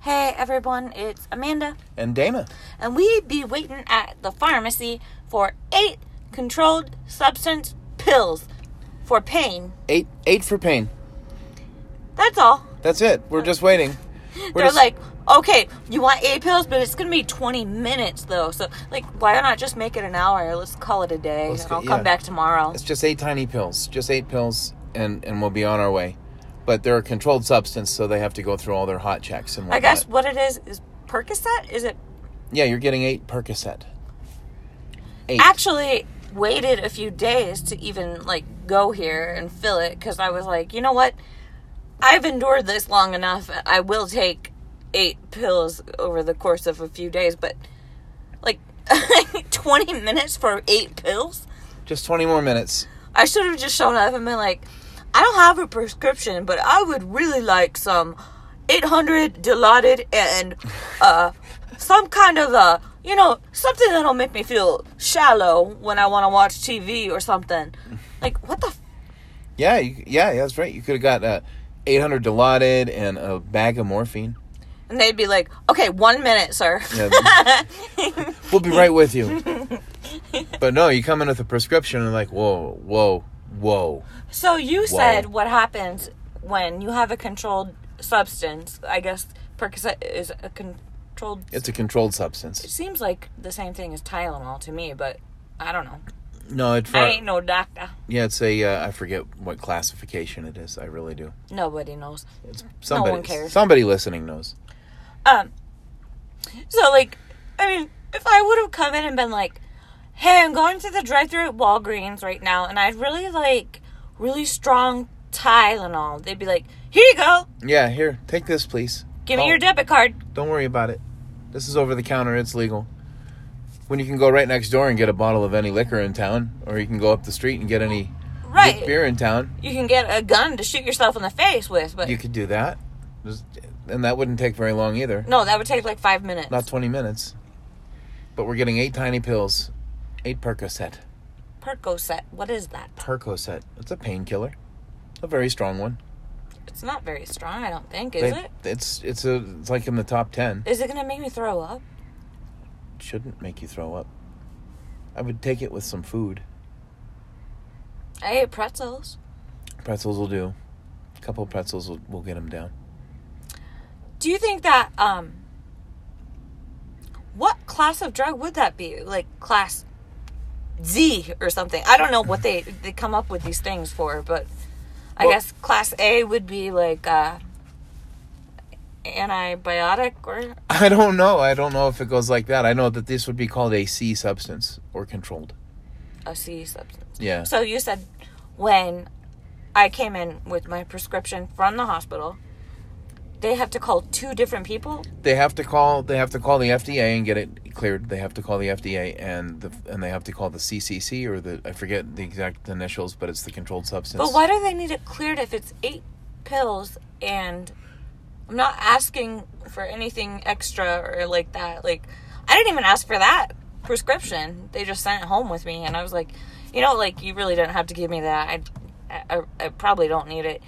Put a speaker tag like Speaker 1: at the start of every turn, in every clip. Speaker 1: Hey everyone, it's Amanda,
Speaker 2: and Dana.
Speaker 1: and we be waiting at the pharmacy for eight controlled substance pills for pain.
Speaker 2: Eight eight for pain.
Speaker 1: That's all.
Speaker 2: That's it. We're just waiting. We're
Speaker 1: They're
Speaker 2: just,
Speaker 1: like, okay, you want eight pills, but it's gonna be twenty minutes though. So like, why not just make it an hour? Let's call it a day,
Speaker 2: Let's
Speaker 1: and
Speaker 2: go-
Speaker 1: I'll come
Speaker 2: yeah.
Speaker 1: back tomorrow.
Speaker 2: it's just eight tiny pills. Just eight pills, and and we'll be on our way. But they're a controlled substance, so they have to go through all their hot checks and whatnot.
Speaker 1: I guess what it is is Percocet. Is it
Speaker 2: Yeah, you're getting eight Percocet. Eight.
Speaker 1: actually waited a few days to even like go here and fill it because I was like, you know what? I've endured this long enough. I will take eight pills over the course of a few days, but like 20 minutes for eight pills?
Speaker 2: just twenty more minutes.
Speaker 1: I should have just shown up and been like, I don't have a prescription, but I would really like some 800 Dilaudid and uh, some kind of a, you know, something that'll make me feel shallow when I want to watch TV or something. Like, what the? F-
Speaker 2: Yeah, you, yeah, that's right. You could have got uh, eight hundred Dilaudid and a bag of morphine.
Speaker 1: and they'd be like, okay, one minute, sir.
Speaker 2: Yeah. we'll be right with you. But no, you come in with a prescription and like, whoa, whoa, whoa.
Speaker 1: So you said what happens when you have a controlled substance. I guess Percocet is a controlled. It
Speaker 2: It's a controlled substance.
Speaker 1: seems like the same thing as Tylenol to me, but I don't know.
Speaker 2: No, it
Speaker 1: I ain't no doctor.
Speaker 2: yeah, it's a uh, I forget what classification it is. I really do.
Speaker 1: Nobody knows.
Speaker 2: It's somebody.
Speaker 1: cares.
Speaker 2: Somebody listening knows.
Speaker 1: Um. So like, I mean, if I would have come in and been like, "Hey, I'm going to the drive-thru at Walgreens right now, and I'd really like really strong Tylenol," they'd be like, "Here you go.
Speaker 2: Yeah, here, take this, please.
Speaker 1: Give
Speaker 2: Oh.
Speaker 1: me your debit card."
Speaker 2: Don't worry about it. This is over the counter. It's legal. When you can go right next door and get a bottle of any liquor in town, or you can go up the street and get any
Speaker 1: Right.
Speaker 2: beer in town,
Speaker 1: You can get a gun to shoot yourself in the face with, but
Speaker 2: you could do that. Just- And that wouldn't take very long either.
Speaker 1: no, that would take like five minutes.
Speaker 2: Not 20 minutes. But we're getting eight tiny pills, eight Percocet.
Speaker 1: Percocet. What is that?
Speaker 2: Percocet. It's a painkiller, a very strong one.
Speaker 1: It's not very strong, I don't think, is
Speaker 2: They-
Speaker 1: it?
Speaker 2: It's it's a it's like in the top ten.
Speaker 1: Is it gonna make me throw up?
Speaker 2: Shouldn't make you throw up. I would take it with some food.
Speaker 1: I ate pretzels.
Speaker 2: Pretzels will do. A couple of pretzels will, will get them down.
Speaker 1: Do you think that um what class of drug would that be? Like class Z or something. I don't know what they they come up with these things for, but I
Speaker 2: Well-
Speaker 1: guess class A would be like uh antibiotic or
Speaker 2: I don't know. I don't know if it goes like that. I know that this would be called a C substance or controlled.
Speaker 1: a C substance.
Speaker 2: Yeah.
Speaker 1: So you said when I came in with my prescription from the hospital, they have to call two different people.
Speaker 2: they have to call they have to call the FDA and get it cleared. They have to call the FDA and the and they have to call the CCC or the I forget the exact initials, but it's the controlled substance.
Speaker 1: But why do they need it cleared if it's eight pills and I'm not asking for anything extra or like that? Like, I didn't even ask for that prescription. They just sent it home with me, and I was like, you know, like you really didn't have to give me that. I, I, I probably don't need it.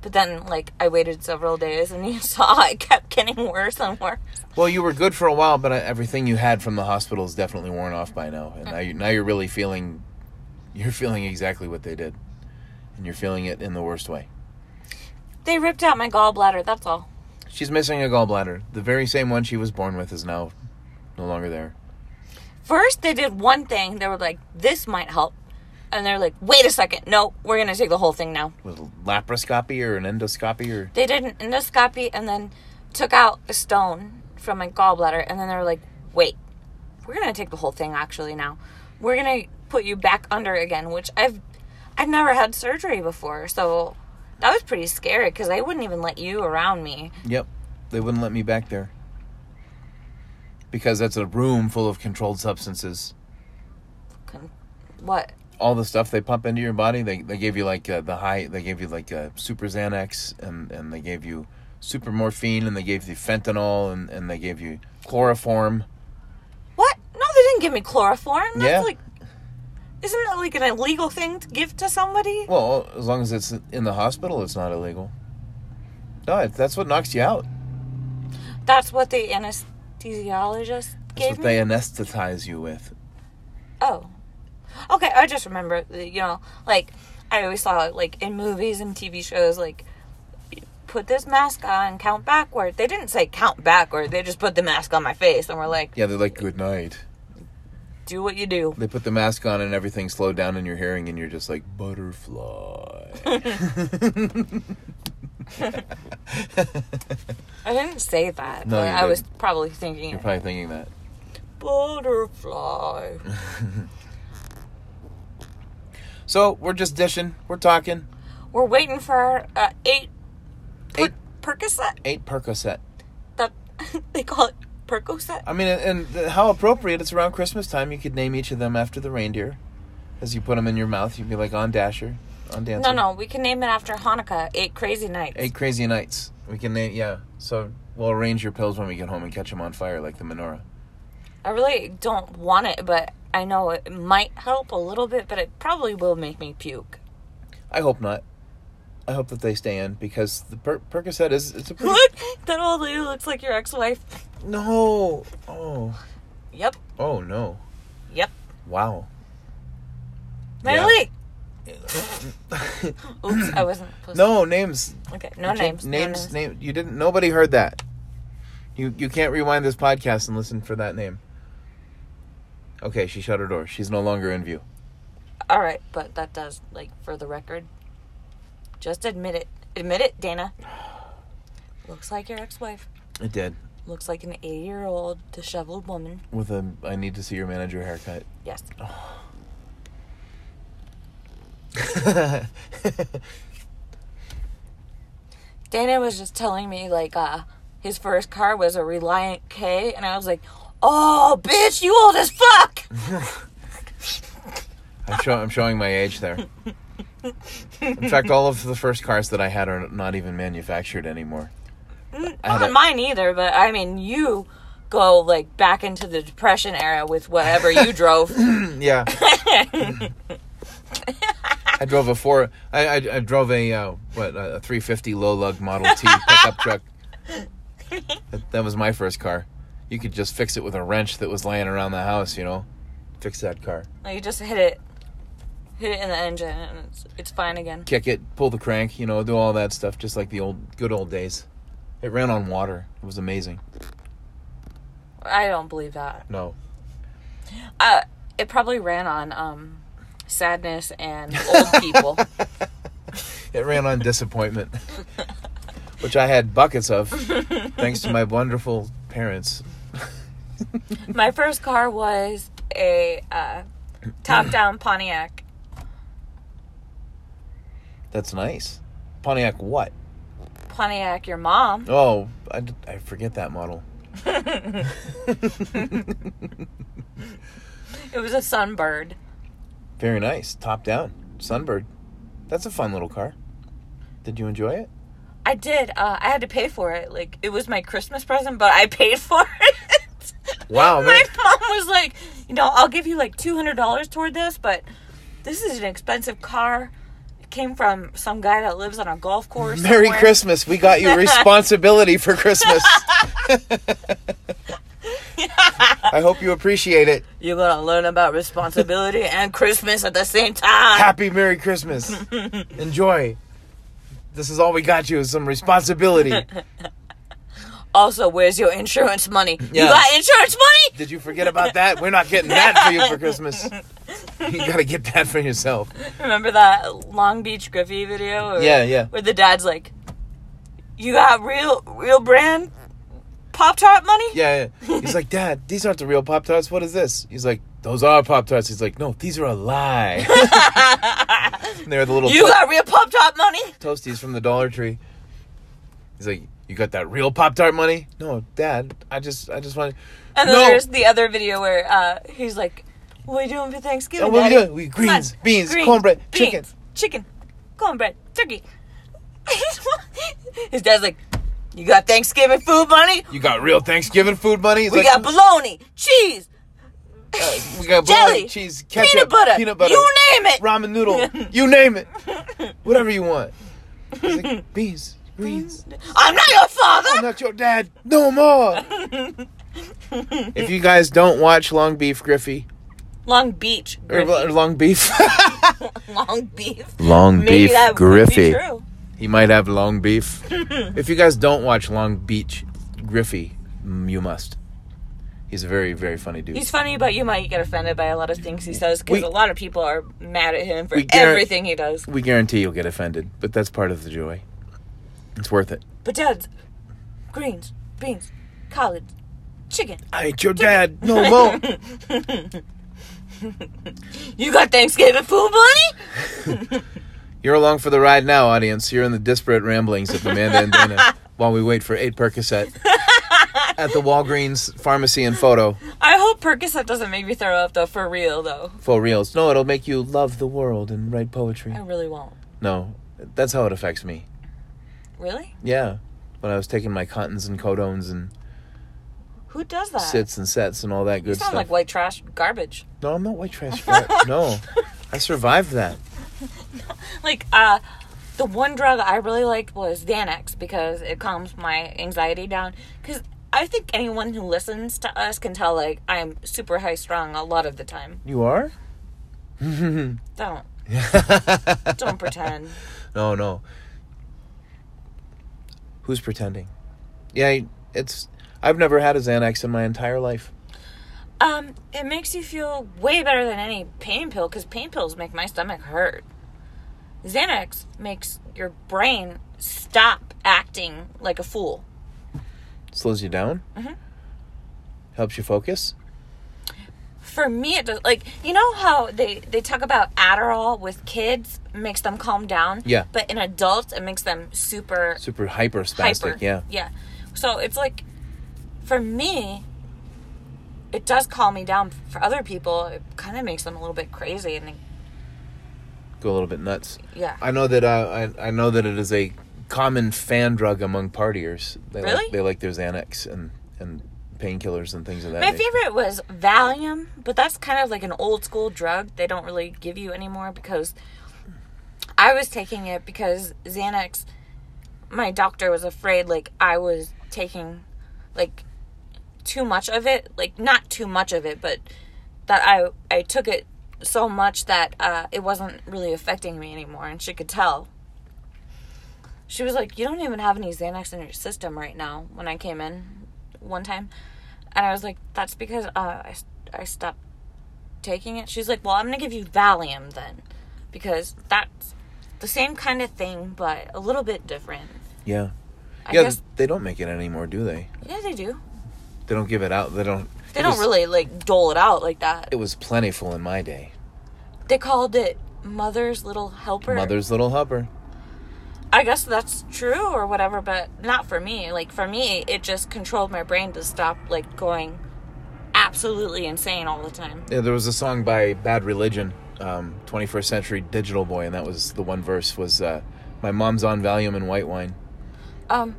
Speaker 1: But then, like, I waited several days, and you saw it kept getting worse and worse.
Speaker 2: Well, you were good for a while, but uh, everything you had from the hospital is definitely worn off by now, and now you now you're really feeling you're feeling exactly what they did, and you're feeling it in the worst way.
Speaker 1: They ripped out my gallbladder. That's all.
Speaker 2: She's missing a gallbladder. The very same one she was born with is now no longer there.
Speaker 1: First, they did one thing. They were like, "This might help," and they're like, "Wait a second. No, we're gonna take the whole thing now."
Speaker 2: With laparoscopy or an endoscopy or
Speaker 1: they did an endoscopy and then took out a stone from my gallbladder and then they were like wait we're gonna take the whole thing actually now we're gonna put you back under again which i've i've never had surgery before so that was pretty scary because they wouldn't even let you around me
Speaker 2: Yep. They wouldn't let me back there. Because that's a room full of controlled substances.
Speaker 1: Con- what
Speaker 2: All the stuff they pump into your body, they, they gave you like uh, the high, they gave you like uh, super Xanax and, and they gave you super morphine and they gave you fentanyl and, and they gave you chloroform.
Speaker 1: what no they didn't give me chloroform that's
Speaker 2: Yeah.
Speaker 1: like isn't that like an illegal thing to give to somebody
Speaker 2: Well, as long as it's in the hospital, it's not illegal. No, it, that's what knocks you out.
Speaker 1: That's what the anesthesiologist
Speaker 2: That's
Speaker 1: gave
Speaker 2: what
Speaker 1: me.
Speaker 2: they anesthetize you with.
Speaker 1: Oh. Okay, I just remember, you know, like, I always saw, like, in movies and TV shows, like, put this mask on, count backward. They didn't say count backward, they just put the mask on my face, and we're like,
Speaker 2: Yeah, they're like, good night.
Speaker 1: do what you do.
Speaker 2: They put the mask on and everything slowed down in your hearing, and you're just like, butterfly.
Speaker 1: I didn't say that.
Speaker 2: No,
Speaker 1: but
Speaker 2: you
Speaker 1: I was
Speaker 2: didn't.
Speaker 1: probably thinking,
Speaker 2: You're probably thinking that.
Speaker 1: butterfly.
Speaker 2: So we're just dishing, we're talking.
Speaker 1: We're waiting for uh, eight, per-
Speaker 2: Eight,
Speaker 1: Percocet.
Speaker 2: eight Percocet.
Speaker 1: That, they call it Percocet.
Speaker 2: I mean, and and how appropriate! It's around Christmas time. You could name each of them after the reindeer, as you put them in your mouth. You'd be like on Dasher, on Dancer.
Speaker 1: No, no, we can name it after Hanukkah, Eight Crazy Nights.
Speaker 2: Eight crazy nights. We can name yeah. So we'll arrange your pills when we get home and catch them on fire like the menorah.
Speaker 1: I really don't want it, but I know it might help a little bit, but it probably will make me puke.
Speaker 2: I hope not. I hope that they stay in because the per- Percocet is it's a pretty
Speaker 1: Look, that old lady looks like your ex-wife.
Speaker 2: no. Oh
Speaker 1: Yep,
Speaker 2: oh no.
Speaker 1: yep.
Speaker 2: Wow. Yeah.
Speaker 1: Natalie. Oops, I wasn't. Supposed
Speaker 2: No names.
Speaker 1: Okay, no
Speaker 2: You
Speaker 1: names.
Speaker 2: can't-
Speaker 1: no
Speaker 2: Names. Name. You didn't. Nobody heard that. You you can't rewind this podcast and listen for that name. Okay, she shut her door. She's no longer in view.
Speaker 1: All right, but that does like for the record. Just admit it. Admit it, Dana. Looks like your ex-wife.
Speaker 2: It did
Speaker 1: Looks like an 80-year-old disheveled woman.
Speaker 2: with a. I need to see your manager haircut.
Speaker 1: Yes. Dana was just telling me like uh his first car was a Reliant K and I was like, "Oh, bitch, you old as fuck."
Speaker 2: I'm, show, I'm showing my age there. In fact, all of the first cars that I had are not even manufactured anymore. I had
Speaker 1: Not
Speaker 2: a-
Speaker 1: mine either, but I mean, you go like back into the depression era with whatever you drove.
Speaker 2: Yeah. I drove a four. I I, I drove a uh, what a three fifty low lug Model T pickup truck. That, that was my first car. You could just fix it with a wrench that was laying around the house. You know, fix that car.
Speaker 1: Like, you just hit it hit it in the engine and it's, it's fine again.
Speaker 2: Kick it, pull the crank. You know, do all that stuff just like the old good old days. It ran on water. It was amazing.
Speaker 1: I don't believe that.
Speaker 2: No,
Speaker 1: Uh it probably ran on um sadness and old people.
Speaker 2: it ran on disappointment, which I had buckets of, thanks to my wonderful parents.
Speaker 1: My first car was a uh, top down Pontiac.
Speaker 2: That's nice. Pontiac what?
Speaker 1: Pontiac, your mom.
Speaker 2: Oh, I, d- I forget that model.
Speaker 1: It was a Sunbird.
Speaker 2: Very nice. Top down. Sunbird. That's a fun little car. Did you enjoy it?
Speaker 1: I did. Uh, I had to pay for it. Like it was my Christmas present, but I paid for it.
Speaker 2: Wow,
Speaker 1: my
Speaker 2: man.
Speaker 1: mom was like, you know, I'll give you like two hundred dollars toward this, but this is an expensive car. It came from some guy that lives on a golf course.
Speaker 2: Merry
Speaker 1: somewhere.
Speaker 2: Christmas. We got you responsibility for Christmas. I hope you appreciate it.
Speaker 1: You're gonna learn about responsibility and Christmas at the same time.
Speaker 2: Happy Merry Christmas. Enjoy. This is all we got you is some responsibility.
Speaker 1: Also, where's your insurance money? You
Speaker 2: Yeah.
Speaker 1: got insurance money?
Speaker 2: Did you forget about that? We're not getting that for you for Christmas. You got to get that for yourself.
Speaker 1: Remember that Long Beach Griffey video? Where-
Speaker 2: Yeah, yeah.
Speaker 1: Where the dad's like, "You got real, real brand Pop Tart money?"
Speaker 2: Yeah, yeah. He's like, Dad, these aren't the real Pop Tarts. What is this? He's like, Those are Pop Tarts. He's like, No, these are a lie. And they're the little
Speaker 1: You
Speaker 2: to-
Speaker 1: got real Pop Tart money?
Speaker 2: toasties from the Dollar Tree. He's like, You got that real Pop Tart money? No, Dad, I just, I just want.
Speaker 1: And then
Speaker 2: No.
Speaker 1: there's the other video where uh, he's like, "What are you doing for Thanksgiving?"
Speaker 2: And what are we
Speaker 1: Daddy?
Speaker 2: doing? We
Speaker 1: Come on.
Speaker 2: greens, beans, cornbread, chicken."
Speaker 1: chicken, cornbread, turkey. His dad's like, "You got Thanksgiving food money?
Speaker 2: You got real Thanksgiving food money? He's
Speaker 1: We
Speaker 2: like,
Speaker 1: got bologna, cheese,
Speaker 2: we got bologna,
Speaker 1: jelly,
Speaker 2: cheese, ketchup,
Speaker 1: peanut butter,
Speaker 2: peanut butter,
Speaker 1: You name it.
Speaker 2: ramen noodle, you name it, whatever you want. He's like, beans, greens.
Speaker 1: I'm not your father.
Speaker 2: I'm not your dad no more. if you guys don't watch Long Beef Griffey
Speaker 1: Long Beach.
Speaker 2: or
Speaker 1: Griffey.
Speaker 2: L- Long Beef,
Speaker 1: Long Beef.
Speaker 2: Long
Speaker 1: Maybe that Griffey. Would be true.
Speaker 2: he might have long beef. if you guys don't watch Long Beach Griffey, mm, you must. He's a very very funny dude.
Speaker 1: He's funny, but you might get offended by a lot of things he says
Speaker 2: We-
Speaker 1: because a lot of people are mad at him for
Speaker 2: We guarant-
Speaker 1: everything he does.
Speaker 2: we guarantee you'll get offended, but that's part of the joy. It's worth it.
Speaker 1: But Dad's greens, beans, collards, chicken.
Speaker 2: I ain't your dad no more.
Speaker 1: You got Thanksgiving food, buddy?
Speaker 2: You're along for the ride now, audience. You're in the disparate ramblings of Amanda and Dana while we wait for eight Percocet at the Walgreens pharmacy and photo
Speaker 1: I hope Percocet doesn't make me throw up though. For real though,
Speaker 2: for reals. No, it'll make you love the world and write poetry.
Speaker 1: I really won't.
Speaker 2: No, that's how it affects me.
Speaker 1: Really?
Speaker 2: Yeah, when I was taking my cottons and codones and
Speaker 1: Who does that?
Speaker 2: sits and sets and all that
Speaker 1: Uh. you
Speaker 2: good
Speaker 1: sound
Speaker 2: stuff.
Speaker 1: like white trash garbage.
Speaker 2: no, I'm not white trash. for that. no, I survived that.
Speaker 1: Like uh, the one drug I really liked was Xanax because it calms my anxiety down. Because I think anyone who listens to us can tell like I'm super high strung a lot of the time.
Speaker 2: You are?
Speaker 1: Don't don't pretend.
Speaker 2: No, no. Who's pretending? Yeah, it's. I've never had a Xanax in my entire life.
Speaker 1: Um, it makes you feel way better than any pain pill because pain pills make my stomach hurt. Xanax makes your brain stop acting like a fool.
Speaker 2: Slows you down.
Speaker 1: Mm-hmm.
Speaker 2: Helps you focus.
Speaker 1: For me, it does. Like you know how they they talk about Adderall with kids makes them calm down.
Speaker 2: Yeah.
Speaker 1: But in adults, it makes them super
Speaker 2: Super hyper spastic.
Speaker 1: hyper.
Speaker 2: Yeah.
Speaker 1: Yeah. So it's like, for me, it does calm me down. For other people, it kind of makes them a little bit crazy and
Speaker 2: Go a little bit nuts.
Speaker 1: yeah.
Speaker 2: I know that. Uh, I I know that it is a common fan drug among partiers. They
Speaker 1: Really?
Speaker 2: Like, they like their Xanax and and painkillers and things of that.
Speaker 1: My
Speaker 2: nature.
Speaker 1: favorite was Valium, but that's kind of like an old school drug they don't really give you anymore because I was taking it because Xanax my doctor was afraid like I was taking like too much of it, like not too much of it, but that I I took it so much that uh, it wasn't really affecting me anymore, and she could tell. She was like, "You don't even have any Xanax in your system right now." When I came in one time, and I was like, "That's because uh, I I stopped taking it." She's like, "Well, I'm gonna give you Valium then, because that's the same kind of thing, but a little bit different."
Speaker 2: Yeah.
Speaker 1: I
Speaker 2: yeah.
Speaker 1: guess
Speaker 2: They don't make it anymore, do they?
Speaker 1: yeah, they do.
Speaker 2: They don't give it out. They don't.
Speaker 1: They
Speaker 2: it
Speaker 1: don't
Speaker 2: was-
Speaker 1: really like dole it out like that.
Speaker 2: It was plentiful in my day.
Speaker 1: They called it Mother's Little Helper.
Speaker 2: Mother's little helper.
Speaker 1: I guess that's true or whatever, but not for me. Like for me, it just controlled my brain to stop like going absolutely insane all the time.
Speaker 2: Yeah, there was a song by Bad Religion, um, 21st Century Digital Boy, and that was the one verse was, uh, "My mom's on Valium and white wine."
Speaker 1: Um,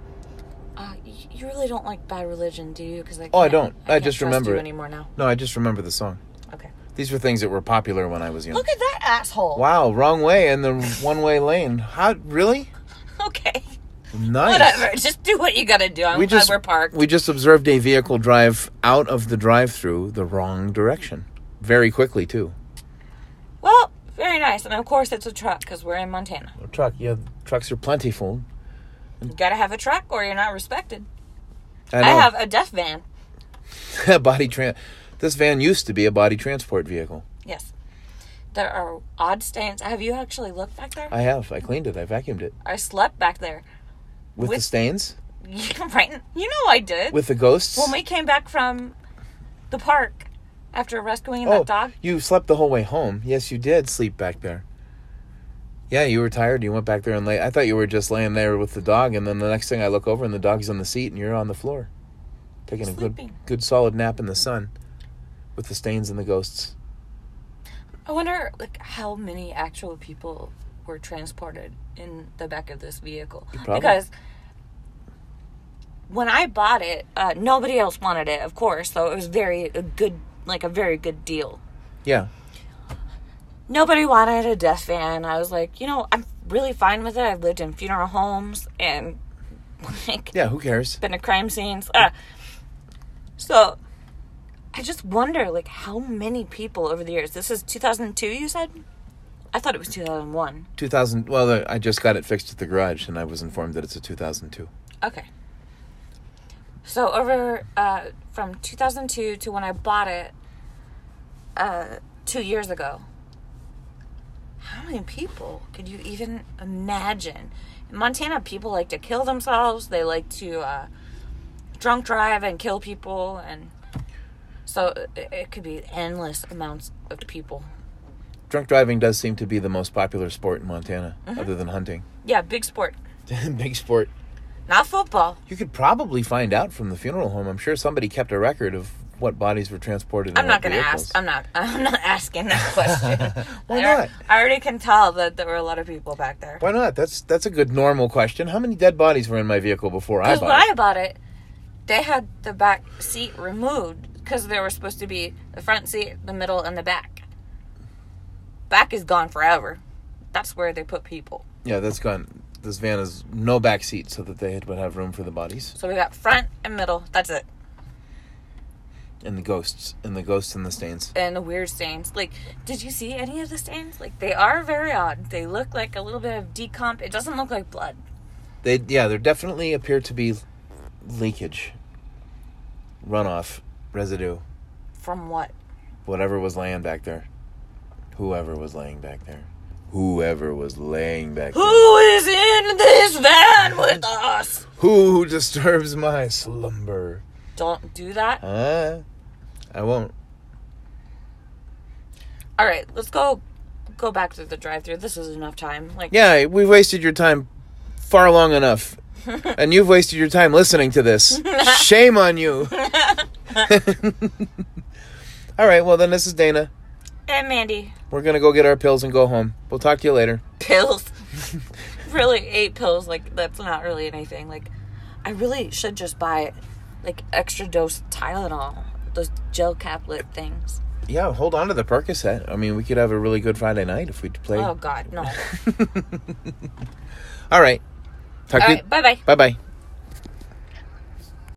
Speaker 1: uh, y- you really don't like Bad Religion, do you? Because I
Speaker 2: Oh, I
Speaker 1: can't-
Speaker 2: don't. I
Speaker 1: can't
Speaker 2: just
Speaker 1: trust
Speaker 2: remember
Speaker 1: you
Speaker 2: it.
Speaker 1: anymore now.
Speaker 2: No, I just remember the song.
Speaker 1: Okay.
Speaker 2: These were things that were popular when I was young.
Speaker 1: Look at that asshole.
Speaker 2: Wow, wrong way in the one-way lane. How really?
Speaker 1: Okay.
Speaker 2: Nice.
Speaker 1: Whatever. Just do what you gotta do. I'm
Speaker 2: We
Speaker 1: glad
Speaker 2: just
Speaker 1: we're parked.
Speaker 2: we just observed a vehicle drive out of the drive-through the wrong direction, very quickly too.
Speaker 1: well, very nice. And of course, it's a truck because we're in Montana.
Speaker 2: Oh, Truck, yeah, trucks are plentiful.
Speaker 1: You gotta have a truck or you're not respected.
Speaker 2: I,
Speaker 1: I
Speaker 2: know.
Speaker 1: have a deaf van.
Speaker 2: a body tran. This van used to be a body transport vehicle.
Speaker 1: Yes. There are odd stains. Have you actually looked back there? I,
Speaker 2: I have. I cleaned it. I vacuumed it
Speaker 1: slept back there.
Speaker 2: with, the
Speaker 1: With-
Speaker 2: stains,
Speaker 1: right? You know I did.
Speaker 2: with the ghosts.
Speaker 1: when we came back from the park after rescuing
Speaker 2: oh,
Speaker 1: that dog.
Speaker 2: you slept the whole way home. Yes, you did sleep back there. Yeah, you were tired. You went back there and lay. I thought you were just laying there with the dog, and then the next thing I look over and the dog's on the seat and you're on the floor, taking a good,
Speaker 1: Sleeping.
Speaker 2: good solid nap in the sun, with the stains and the ghosts.
Speaker 1: I wonder like how many actual people were transported in the back of this vehicle
Speaker 2: Probably.
Speaker 1: because when I bought it, uh, nobody else wanted it, of course. So it was very a good, like a very good deal.
Speaker 2: Yeah,
Speaker 1: nobody wanted a death van. I was like, you know, I'm really fine with it. I've lived in funeral homes and like
Speaker 2: Yeah, who cares?
Speaker 1: been to crime scenes. Ah. So I just wonder, like, how many people over the years. This is 2002, you said? I thought it was 2001.
Speaker 2: 2000. Well, the- I just got it fixed at the garage, and I was informed that it's a 2002.
Speaker 1: Okay. So over uh, from 2002 to when I bought it uh, two years ago, how many people could you even imagine? In Montana, people like to kill themselves. They like to uh, drunk drive and kill people, and so it, it could be endless amounts of people.
Speaker 2: Drunk driving does seem to be the most popular sport in Montana,
Speaker 1: Mm-hmm.
Speaker 2: other than hunting.
Speaker 1: Yeah, big sport,
Speaker 2: Big sport.
Speaker 1: not football.
Speaker 2: You could probably find out from the funeral home. I'm sure somebody kept a record of what bodies were transported. in
Speaker 1: I'm not
Speaker 2: what
Speaker 1: gonna
Speaker 2: vehicles.
Speaker 1: ask. I'm not. I'm not asking that question.
Speaker 2: Why
Speaker 1: I al-
Speaker 2: not?
Speaker 1: I already can tell that there were a lot of people back there.
Speaker 2: Why not? That's that's a good normal question. How many dead bodies were in my vehicle before I
Speaker 1: Because when
Speaker 2: bought
Speaker 1: I
Speaker 2: it?
Speaker 1: bought it, they had the back seat removed because there were supposed to be the front seat, the middle, and the back. Back is gone forever. That's where they put people.
Speaker 2: Yeah, that's gone. This van has no back seat, so that they would have room for the bodies
Speaker 1: So we got front and middle. That's it.
Speaker 2: and the ghosts and the ghosts and the stains.
Speaker 1: And the weird stains. Like, did you see any of the stains? Like, they are very odd. They look like a little bit of decomp. It doesn't look like blood.
Speaker 2: They yeah, there definitely appear to be leakage, runoff, residue,
Speaker 1: From what?
Speaker 2: whatever was laying back there, whoever was laying back there, whoever was laying back there.
Speaker 1: Who is in this van with us?
Speaker 2: Who disturbs my slumber?
Speaker 1: Don't do that.
Speaker 2: Huh? I won't.
Speaker 1: All right, let's go go back to the drive-through. This is enough time. Like,
Speaker 2: Yeah, we've wasted your time far long enough. and you've wasted your time listening to this. Shame on you. All right, well, then this is Dana.
Speaker 1: and Mandy,
Speaker 2: We're going to go get our pills and go home. We'll talk to you later.
Speaker 1: pills. really, eight pills. Like, that's not really anything. Like, I really should just buy like extra dose Tylenol, those gel caplet things.
Speaker 2: Yeah, hold on to the Percocet. I mean, we could have a really good Friday night if we played.
Speaker 1: Oh God, no. All
Speaker 2: All right. Talk to
Speaker 1: right, bye bye.
Speaker 2: Bye bye.